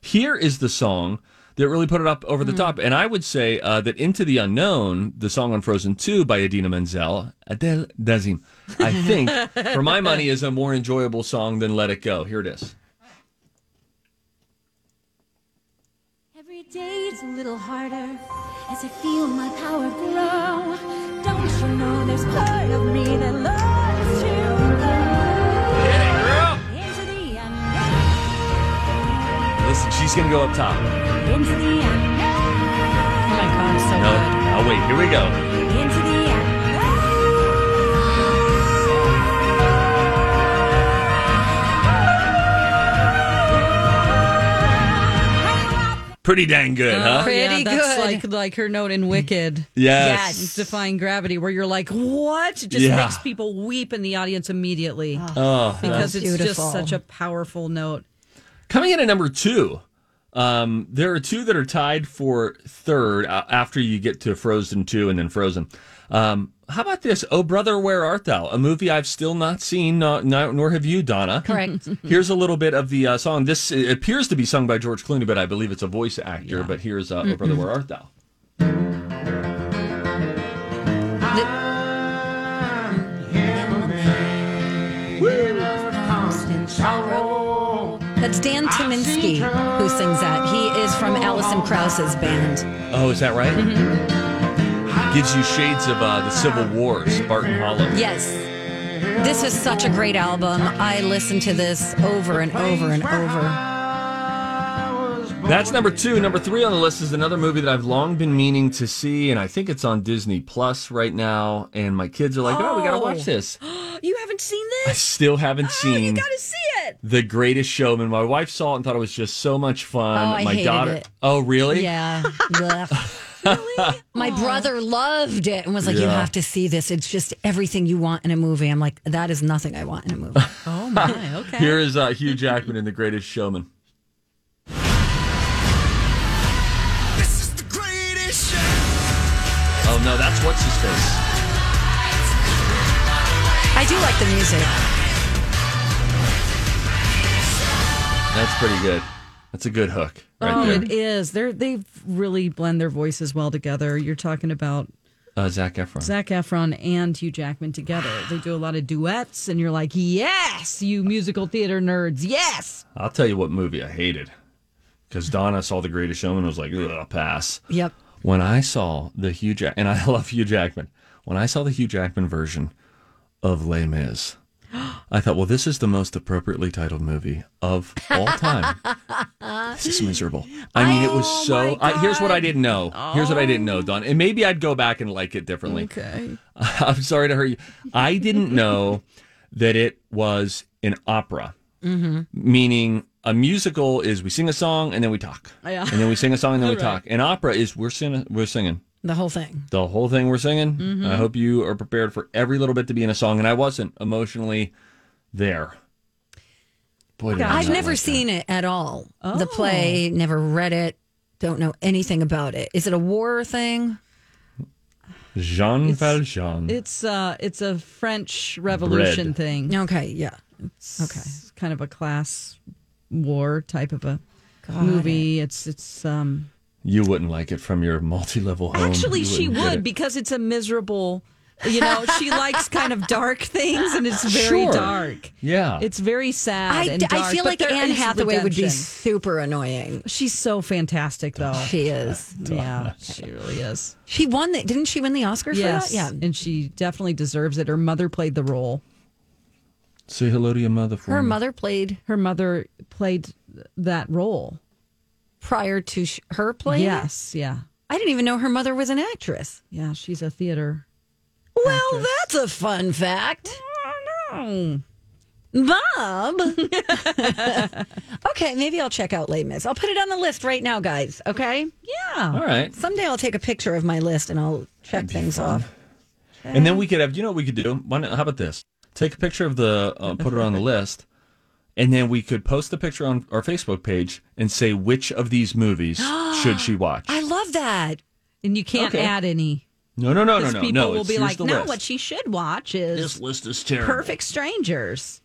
Speaker 2: Here is the song that really put it up over the top. And I would say uh, that Into the Unknown, the song on Frozen 2 by Adina Menzel, Adele Dazim, I think, for my money, is a more enjoyable song than Let It Go. Here it is.
Speaker 11: Every day it's a little harder as I feel my power grow. Don't you know there's part of me that loves to go? Into the
Speaker 2: Listen, she's going to go up top.
Speaker 11: unknown, into the unknown. Oh my god, so
Speaker 2: No, oh, wait, here we go.
Speaker 11: Into the unknown.
Speaker 2: Pretty dang good, huh?
Speaker 4: Pretty
Speaker 3: Yeah,
Speaker 4: good.
Speaker 3: that's like like her note in Wicked.
Speaker 2: Yes.
Speaker 4: It's Defying Gravity, where you're like, what? Just
Speaker 2: Yeah.
Speaker 4: makes people weep in the audience immediately.
Speaker 2: Oh,
Speaker 4: because
Speaker 2: that's-
Speaker 4: it's
Speaker 2: Beautiful.
Speaker 4: just such a powerful note.
Speaker 2: Coming in at number two, um, there are two that are tied for third uh, after you get to Frozen 2 and then Frozen. Um, how about this? Oh, Brother, Where Art Thou? A movie I've still not seen, not, not, nor have you, Donna.
Speaker 12: Correct.
Speaker 2: [laughs] here's a little bit of the uh, song. This uh, appears to be sung by George Clooney, but I believe it's a voice actor. But here's uh, Oh, Brother,
Speaker 12: Mhm.
Speaker 2: Where Art Thou?
Speaker 1: That's Dan Timinsky who sings that. He is from Alison Krauss's band.
Speaker 2: Oh, is that right? Gives you shades of uh, the Civil War, Spartan Hollow.
Speaker 1: Yes. This is such a great album. I listen to this over and over and over.
Speaker 2: That's number two. Number three on the list is another movie that I've long been meaning to see, and I think it's on Disney Plus right now. And my kids are like, "Oh, we gotta watch this."
Speaker 4: Oh, you haven't seen
Speaker 2: I [laughs]
Speaker 4: this?
Speaker 2: still
Speaker 1: [gasps]
Speaker 2: haven't seen.
Speaker 4: You gotta see it.
Speaker 2: The Greatest Showman. My wife saw it and thought it was just so much fun.
Speaker 1: Oh, I
Speaker 2: my
Speaker 1: hated
Speaker 2: daughter.
Speaker 1: it.
Speaker 2: Oh, really?
Speaker 1: Yeah. Blech. My brother loved it and was like, You
Speaker 2: Yeah.
Speaker 1: have to see this. It's just everything you want in a movie. I'm like, That is nothing I want in a movie.
Speaker 4: Oh,
Speaker 2: [laughs] my. Okay. Here is uh, Hugh Jackman in The Greatest Showman.
Speaker 13: This is the greatest show.
Speaker 2: Oh no, that's what's his face.
Speaker 1: I do like the music.
Speaker 2: That's pretty good. That's a good hook right
Speaker 4: oh,
Speaker 2: there.
Speaker 4: it is. They're, they really blend their voices well together. You're talking about
Speaker 2: Uh, Zach Efron.
Speaker 4: Zach Efron and Hugh Jackman together. They do a lot of duets, and you're like, yes, you musical theater nerds, yes.
Speaker 2: I'll tell you what movie I hated because Donna saw The Greatest Showman and was like, "Ugh, pass."
Speaker 1: Yep.
Speaker 2: When I saw the Hugh Jack and I [laughs] love Hugh Jackman, when I saw the Hugh Jackman version of Les Mis, [gasps] I thought, well, this is the most appropriately titled movie of all time. this is miserable. I mean,
Speaker 4: Oh
Speaker 2: it was so. I, here's what I didn't know. Here's what I didn't know, Don. And maybe I'd go back and like it differently.
Speaker 4: Okay.
Speaker 2: [laughs] I'm sorry to hurt you. I didn't know that it was an opera
Speaker 4: Mm-hmm.
Speaker 2: meaning a musical is we sing a song and then we talk.
Speaker 4: Yeah.
Speaker 2: And then we sing a song and then we
Speaker 4: [laughs] Right.
Speaker 2: talk. And opera is we're singing we're singing.
Speaker 1: The whole thing.
Speaker 2: The whole thing we're singing.
Speaker 4: Mm-hmm.
Speaker 1: Mhm.
Speaker 2: I hope you are prepared for every little bit to be in a song and I wasn't emotionally there. Boy, did I
Speaker 1: I've
Speaker 2: not
Speaker 1: never
Speaker 2: like that.
Speaker 1: seen it at all. The play, never read it, don't know anything about it. Is it a war thing?
Speaker 2: Jean Valjean.
Speaker 4: It's uh, it's a French Revolution
Speaker 2: Bread.
Speaker 4: thing.
Speaker 1: Okay, yeah.
Speaker 4: It's okay, kind of a class war type of a movie. It's it's um.
Speaker 2: you wouldn't like it from your multi-level home.
Speaker 4: Actually,
Speaker 2: You
Speaker 4: she
Speaker 2: wouldn't get
Speaker 4: would
Speaker 2: it.
Speaker 4: because it's a miserable. You know,
Speaker 2: [laughs]
Speaker 4: she likes kind of dark things, and it's very
Speaker 2: Sure.
Speaker 4: dark.
Speaker 2: Yeah.
Speaker 4: It's very sad.
Speaker 1: I,
Speaker 4: and dark,
Speaker 1: I feel
Speaker 4: but
Speaker 1: like
Speaker 4: there
Speaker 1: Anne
Speaker 4: is
Speaker 1: Hathaway would be
Speaker 4: redemption.
Speaker 1: super annoying.
Speaker 4: She's so fantastic, though.
Speaker 1: She is.
Speaker 4: Yeah, she really is.
Speaker 1: She won the, didn't she win the Oscar
Speaker 4: Yes,
Speaker 1: for that? Yeah.
Speaker 4: and she definitely deserves it. Her mother played the role.
Speaker 2: Say hello to your mother for
Speaker 1: Her
Speaker 2: me.
Speaker 1: mother played
Speaker 4: Her mother played that role.
Speaker 1: prior to sh- her playing. it?
Speaker 4: Yes, yeah.
Speaker 1: I didn't even know her mother was an actress.
Speaker 4: Yeah, she's a theater.
Speaker 1: Well, that's a fun fact.
Speaker 4: [laughs]
Speaker 1: Bob. okay, maybe I'll check out Les Mis. I'll put it on the list right now, guys. Okay.
Speaker 4: Yeah.
Speaker 2: All right.
Speaker 1: Someday I'll take a picture of my list and I'll check things off.
Speaker 2: And then we could have, you know what we could do? Why not, how about this? Take a picture of the, uh, put it on the list, and then we could post the picture on our Facebook page and say which of these
Speaker 4: [gasps]
Speaker 2: movies should she watch.
Speaker 1: I love that.
Speaker 4: And you can't
Speaker 2: Okay.
Speaker 4: add any.
Speaker 2: No, no, no, no,
Speaker 4: Because
Speaker 2: no.
Speaker 4: people
Speaker 2: no,
Speaker 4: will
Speaker 2: it's-
Speaker 4: be
Speaker 2: here's
Speaker 4: like,
Speaker 2: the
Speaker 4: no,
Speaker 2: list.
Speaker 4: what she should watch is
Speaker 2: This list is terrible.
Speaker 4: Perfect Strangers.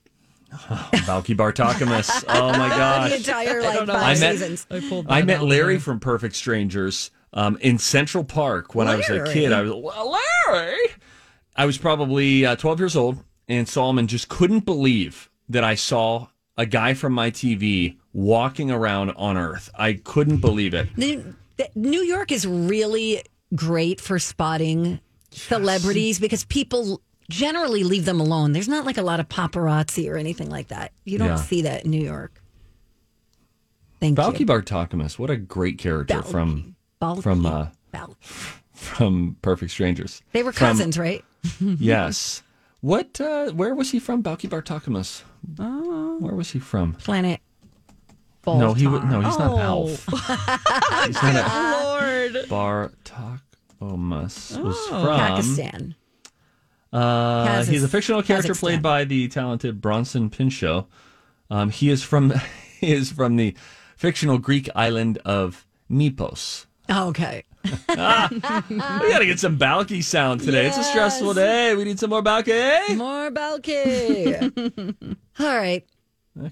Speaker 2: Balky Bartakamis. Oh
Speaker 4: [laughs]
Speaker 2: my
Speaker 1: The
Speaker 2: gosh.
Speaker 1: entire like five
Speaker 2: I met-
Speaker 1: seasons.
Speaker 3: I pulled. That
Speaker 2: I met
Speaker 3: out
Speaker 2: Larry
Speaker 3: there.
Speaker 2: from Perfect Strangers um, in Central Park when I was a kid. I was "Well, Larry. I was probably uh, 12 years old, and Solomon just couldn't believe that I saw a guy from my TV walking around on Earth. I couldn't believe it.
Speaker 1: New, th- New York is really great for spotting celebrities because people generally leave them alone. There's not like a lot of paparazzi or anything like that. You don't
Speaker 2: Yeah.
Speaker 1: see that in New York. Thank
Speaker 2: Balky
Speaker 1: you.
Speaker 2: Bartakamis, what a great character
Speaker 1: Balky.
Speaker 2: from
Speaker 1: Balky.
Speaker 2: from uh,
Speaker 1: Bal-
Speaker 2: from Perfect Strangers.
Speaker 1: They were
Speaker 2: From-
Speaker 1: cousins, right?
Speaker 2: yes. What? Uh, where was he from? Balky Bartakamis.
Speaker 3: Uh,
Speaker 2: Where was he from?
Speaker 1: Planet.
Speaker 2: No, he w- no, he's not Alf.
Speaker 4: Oh.
Speaker 2: he's
Speaker 4: [laughs]
Speaker 2: not a
Speaker 3: Lord.
Speaker 4: Oh,
Speaker 2: Bartokomus was from
Speaker 1: Pakistan.
Speaker 2: Uh, he's a fictional character
Speaker 1: Kazakhstan.
Speaker 2: played by the talented Bronson Pinchot. Um, he is from [laughs] he is from the fictional Greek island of Nepos.
Speaker 1: Oh, okay.
Speaker 2: We got to get some Balky sound today. It's a stressful day. We need some more Balky. Oh,
Speaker 1: More Balky.
Speaker 2: [laughs]
Speaker 1: All right.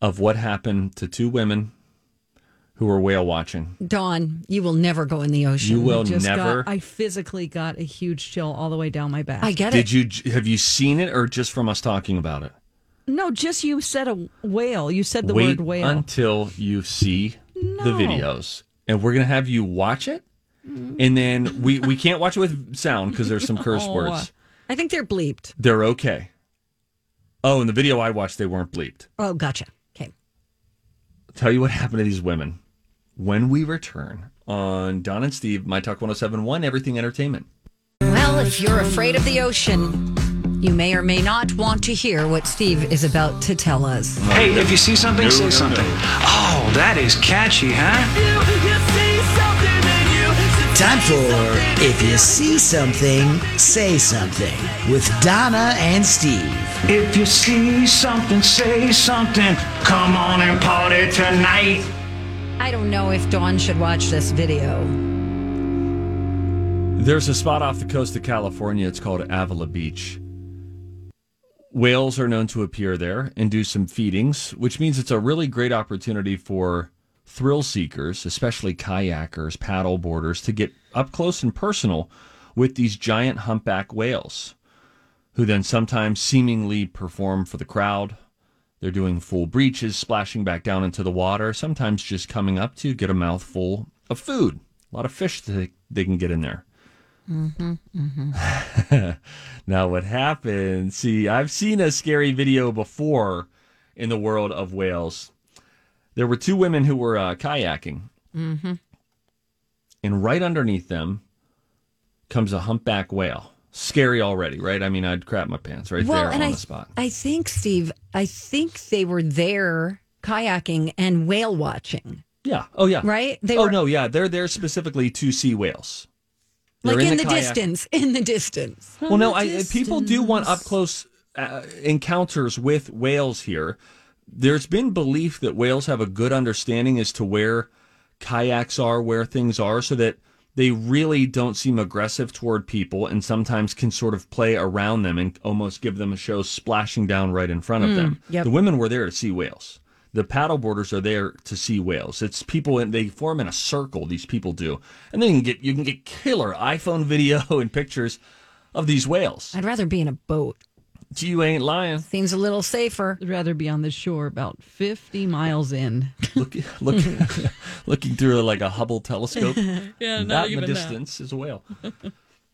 Speaker 2: of what happened to two women who were whale watching.
Speaker 1: Dawn, you will never go in the ocean.
Speaker 2: You will
Speaker 4: Just
Speaker 2: never.
Speaker 4: got, I physically got a huge chill all the way down my back.
Speaker 1: I get it.
Speaker 2: did you have you seen it or just from us talking about it?
Speaker 4: no, just you said a whale. You said the
Speaker 2: Wait
Speaker 4: word whale.
Speaker 2: until you see the videos, and we're gonna have you watch it,
Speaker 4: Mm-hmm.
Speaker 2: and then we we can't watch it with sound because there's some
Speaker 4: [laughs]
Speaker 2: curse
Speaker 3: No.
Speaker 2: words.
Speaker 1: I think they're bleeped.
Speaker 2: They're okay. Oh, in the video I watched, they weren't bleeped.
Speaker 1: Oh, gotcha. Okay.
Speaker 2: tell you what happened to these women when we return on Don and Steve, My Talk 1071, Everything Entertainment.
Speaker 1: Well, if you're afraid of the ocean, you may or may not want to hear what Steve is about to tell us.
Speaker 13: Hey, if you see something, say something. Oh, that is catchy, huh?
Speaker 12: Time for If You See Something, Say Something with Donna and Steve.
Speaker 13: If you see something, say something. Come on and party tonight.
Speaker 1: I don't know if Dawn should watch this video.
Speaker 2: There's a spot off the coast of California. It's called Avila Beach. Whales are known to appear there and do some feedings, which means it's a really great opportunity for thrill seekers, especially kayakers, paddle boarders, to get up close and personal with these giant humpback whales, who then sometimes seemingly perform for the crowd. They're doing full breaches, splashing back down into the water, sometimes just coming up to get a mouthful of food. A lot of fish that they- they can get in there.
Speaker 1: Mm-hmm,
Speaker 2: [laughs] now, what happened? See, I've seen a scary video before in the world of whales. There were two women who were uh, kayaking,
Speaker 1: Mm-hmm.
Speaker 2: and right underneath them comes a humpback whale. Scary already, right? I mean, I'd crap my pants right
Speaker 1: well,
Speaker 2: there on
Speaker 1: and I,
Speaker 2: the spot.
Speaker 1: I think, Steve, I think they were there kayaking and whale watching.
Speaker 2: yeah. Oh, yeah.
Speaker 1: Right? They
Speaker 2: oh
Speaker 1: were-
Speaker 2: no, yeah, they're there specifically to see whales. They're
Speaker 1: like in, the,
Speaker 2: kayak.
Speaker 1: distance, in the distance.
Speaker 2: Well, no, I, uh, people do want up close uh, encounters with whales here. There's been belief that whales have a good understanding as to where kayaks are, where things are, so that they really don't seem aggressive toward people and sometimes can sort of play around them and almost give them a show splashing down right in front of
Speaker 14: Mm,
Speaker 2: them.
Speaker 14: yep.
Speaker 2: The women were there to see whales. The paddleboarders are there to see whales. It's people and they form in a circle. These people do, and then you can get you can get killer iPhone [laughs] video and pictures of these whales.
Speaker 1: I'd rather be in a boat.
Speaker 2: You ain't lying.
Speaker 1: Seems a little safer.
Speaker 4: I'd rather be on the shore about 50 miles in.
Speaker 2: Look, look, [laughs] looking through like a Hubble telescope.
Speaker 4: [laughs] Yeah,
Speaker 2: that
Speaker 4: not
Speaker 2: in the
Speaker 4: even that.
Speaker 2: distance is a whale.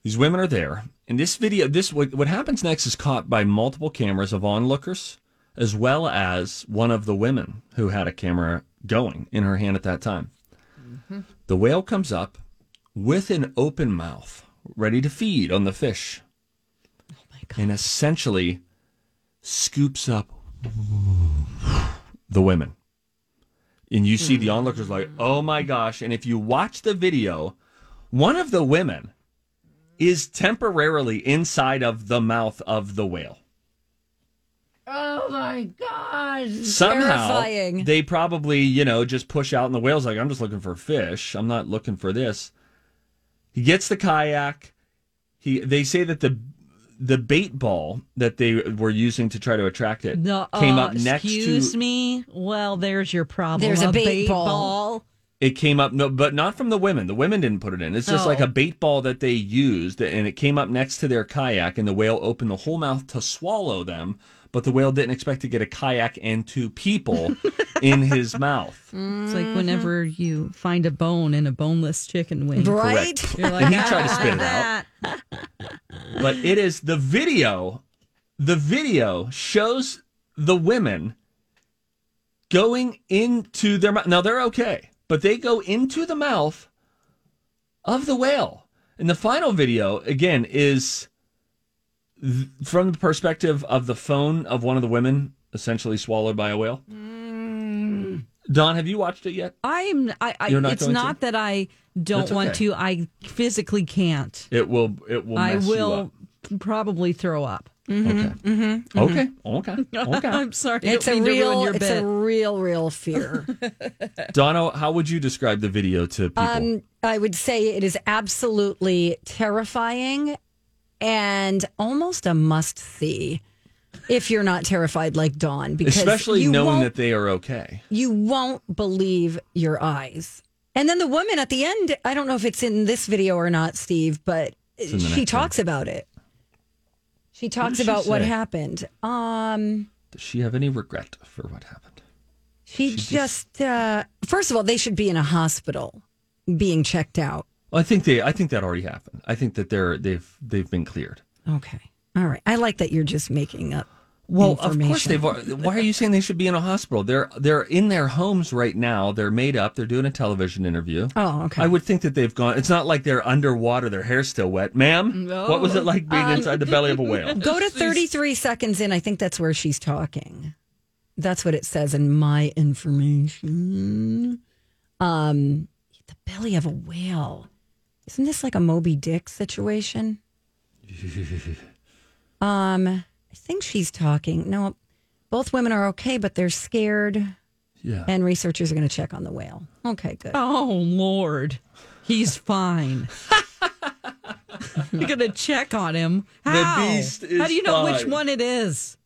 Speaker 2: These women are there, and this video, this what, what happens next is caught by multiple cameras of onlookers, as well as one of the women who had a camera going in her hand at that time.
Speaker 4: Mm-hmm.
Speaker 2: The whale comes up with an open mouth, ready to feed on the fish. And essentially scoops up the women. And you see the onlookers like, oh my gosh. And if you watch the video, one of the women is temporarily inside of the mouth of the whale.
Speaker 1: Oh my God.
Speaker 2: Somehow
Speaker 1: Terrifying.
Speaker 2: they probably, you know, just push out and the whale's like, I'm just looking for fish. I'm not looking for this. He gets the kayak. He they say that the the bait ball that they were using to try to attract it
Speaker 4: No,
Speaker 2: came
Speaker 4: uh,
Speaker 2: up next
Speaker 4: excuse
Speaker 2: to
Speaker 4: me. Well, there's your problem.
Speaker 1: There's a bait ball.
Speaker 2: It came up, no, but not from the women. The women didn't put it in. It's just
Speaker 4: Oh.
Speaker 2: like a bait ball that they used, and it came up next to their kayak, and the whale opened the whole mouth to swallow them. But the whale didn't expect to get a kayak and two
Speaker 4: [laughs]
Speaker 2: people in his mouth.
Speaker 4: It's
Speaker 1: Mm-hmm.
Speaker 4: like whenever you find a bone in a boneless chicken wing.
Speaker 2: Right? Correct.
Speaker 4: You're like,
Speaker 2: And he tried to
Speaker 4: "I don't
Speaker 2: spit it
Speaker 4: like
Speaker 2: out."
Speaker 4: that."
Speaker 2: But it is the video. The video shows the women going into their mouth. Now they're okay, but they go into the mouth of the whale. And the final video, again, is th- from the perspective of the phone of one of the women, essentially swallowed by a whale. Mm. Don, have you watched it yet?
Speaker 4: I'm. I, I,
Speaker 2: You're not
Speaker 4: it's
Speaker 2: going to?
Speaker 4: not that I don't
Speaker 2: That's
Speaker 4: want
Speaker 2: okay.
Speaker 4: to. I physically can't.
Speaker 2: It will. It will.
Speaker 4: I
Speaker 2: mess you up.
Speaker 4: will probably throw up.
Speaker 2: Okay.
Speaker 4: Mm-hmm.
Speaker 2: Okay. Okay. Okay.
Speaker 4: I'm sorry. I
Speaker 1: It's
Speaker 4: don't
Speaker 1: a
Speaker 4: mean to ruin
Speaker 1: real,
Speaker 4: your
Speaker 1: it's
Speaker 4: bit.
Speaker 1: a real, real
Speaker 4: [laughs]
Speaker 1: fear.
Speaker 2: Dono, how would you describe the video to people?
Speaker 1: Um, I would say it is absolutely terrifying and almost a must see if you're not terrified like Dawn, because
Speaker 2: Especially
Speaker 1: you
Speaker 2: knowing
Speaker 1: won't,
Speaker 2: that they are okay.
Speaker 1: you won't believe your eyes. And then the woman at the end, I don't know if it's in this video or not, Steve, but
Speaker 2: It's in the
Speaker 1: she
Speaker 2: next
Speaker 1: talks about it. She
Speaker 2: did
Speaker 1: talks
Speaker 2: she
Speaker 1: about what
Speaker 2: say?
Speaker 1: happened. Um,
Speaker 2: Does she have any regret for what happened?
Speaker 1: She, just, uh, first of all, they should be in a hospital being checked out.
Speaker 2: Well, I think they. I think that already happened. I think that they're they've they've been cleared.
Speaker 1: Okay. All right. I like that you're just making up.
Speaker 2: Well, of course
Speaker 1: information.
Speaker 2: they've. al- Why are you saying they should be in a hospital? They're they're in their homes right now. They're made up. They're doing a television interview.
Speaker 1: Oh, okay.
Speaker 2: I would think that they've gone. It's not like they're underwater. Their hair's still wet, ma'am. What was it like being
Speaker 1: Um,
Speaker 2: inside the belly of
Speaker 1: [laughs]
Speaker 2: a whale?
Speaker 1: Go to 33 seconds in. I think that's where she's talking. That's what it says in my information. Um, the belly of a whale. Isn't this like a Moby Dick situation? Um, I think she's talking. No, both women are okay, but they're scared.
Speaker 2: Yeah.
Speaker 1: And researchers are going to check on the whale. Okay, good.
Speaker 4: Oh Lord, he's
Speaker 1: [laughs]
Speaker 4: fine. You're gonna check on him.
Speaker 1: The
Speaker 4: How?
Speaker 1: beast is
Speaker 4: How do you know which
Speaker 1: fine.
Speaker 4: one it is?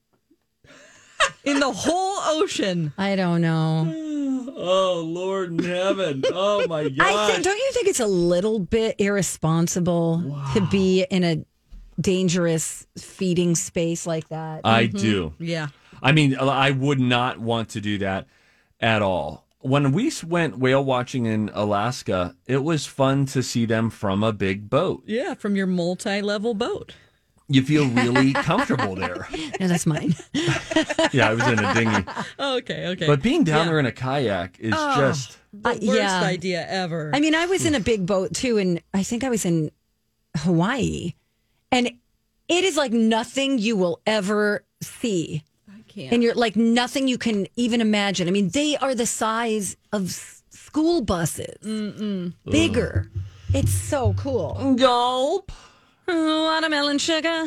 Speaker 4: In the whole ocean.
Speaker 1: I don't know.
Speaker 2: [laughs] Oh Lord in heaven! Oh my God!
Speaker 1: I think, don't you think it's a little bit irresponsible to be in a dangerous feeding space like that?
Speaker 2: I do.
Speaker 4: Yeah.
Speaker 2: I mean, I would not want to do that at all. When we went whale watching in Alaska, it was fun to see them from a big boat.
Speaker 4: Yeah, from your multi-level boat.
Speaker 2: You feel really comfortable there.
Speaker 1: No, that's mine.
Speaker 2: Yeah, I was in a dinghy.
Speaker 4: okay, okay.
Speaker 2: But being down there in a kayak is
Speaker 1: Oh.
Speaker 2: just
Speaker 4: the
Speaker 1: Uh,
Speaker 4: worst
Speaker 1: yeah.
Speaker 4: idea ever.
Speaker 1: I mean, I was in a big boat too, and I think I was in Hawaii, and it is like nothing you will ever see. I
Speaker 4: can't.
Speaker 1: And you're like nothing you can even imagine. I mean, they are the size of s- school buses, bigger. It's so cool.
Speaker 2: Gulp.
Speaker 1: Watermelon sugar.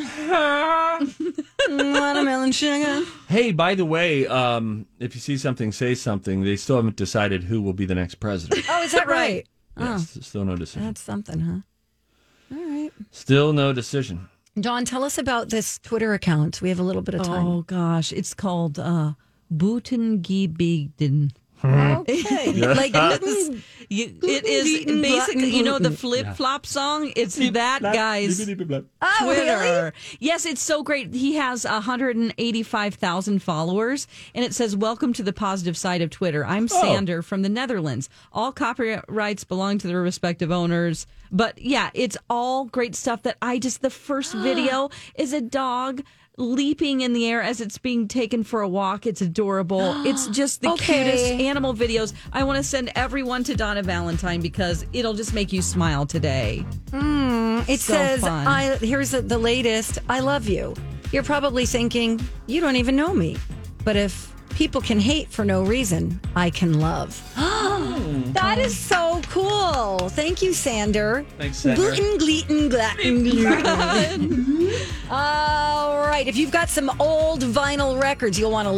Speaker 1: Watermelon sugar.
Speaker 2: Hey, by the way, um, if you see something, say something. They still haven't decided who will be the next president.
Speaker 1: Oh, is that right?
Speaker 2: Yes, still no decision.
Speaker 1: That's something, huh? All right.
Speaker 2: Still no decision.
Speaker 1: Dawn, tell us about this Twitter account. We have a little bit of time.
Speaker 4: Oh gosh, it's called uh, Butengibigden.
Speaker 1: Okay.
Speaker 2: [laughs]
Speaker 4: [laughs] like it's, you, it is
Speaker 1: Gluten,
Speaker 4: basically
Speaker 1: gluten,
Speaker 4: you know the
Speaker 1: gluten.
Speaker 4: flip flop song. It's that guy's
Speaker 1: Oh, really?
Speaker 4: Twitter. Yes, it's so great. He has 185,000 followers, and it says, Welcome to the positive side of Twitter. I'm
Speaker 1: Oh.
Speaker 4: Sander from the Netherlands. All copyrights belong to their respective owners. But yeah, it's all great stuff that I just,
Speaker 1: [gasps]
Speaker 4: the first video is a dog leaping in the air as it's being taken for a walk. It's adorable.
Speaker 1: [gasps]
Speaker 4: It's just the
Speaker 1: Okay.
Speaker 4: cutest animal videos. I want to send everyone to Donna Valentine because it'll just make you smile today.
Speaker 1: It
Speaker 4: So
Speaker 1: says,
Speaker 4: fun.
Speaker 1: "I here's the, the latest. I love you." You're probably thinking, "You don't even know me," but if people can hate for no reason, I can
Speaker 4: [gasps]
Speaker 1: love. [gasps]
Speaker 4: Oh.
Speaker 1: that is so cool. Thank you, Sander.
Speaker 2: Thanks, Sander.
Speaker 1: Gluten, gluten, gluten,
Speaker 2: [laughs]
Speaker 1: gluten. All right. If you've got some old vinyl records, you'll want to.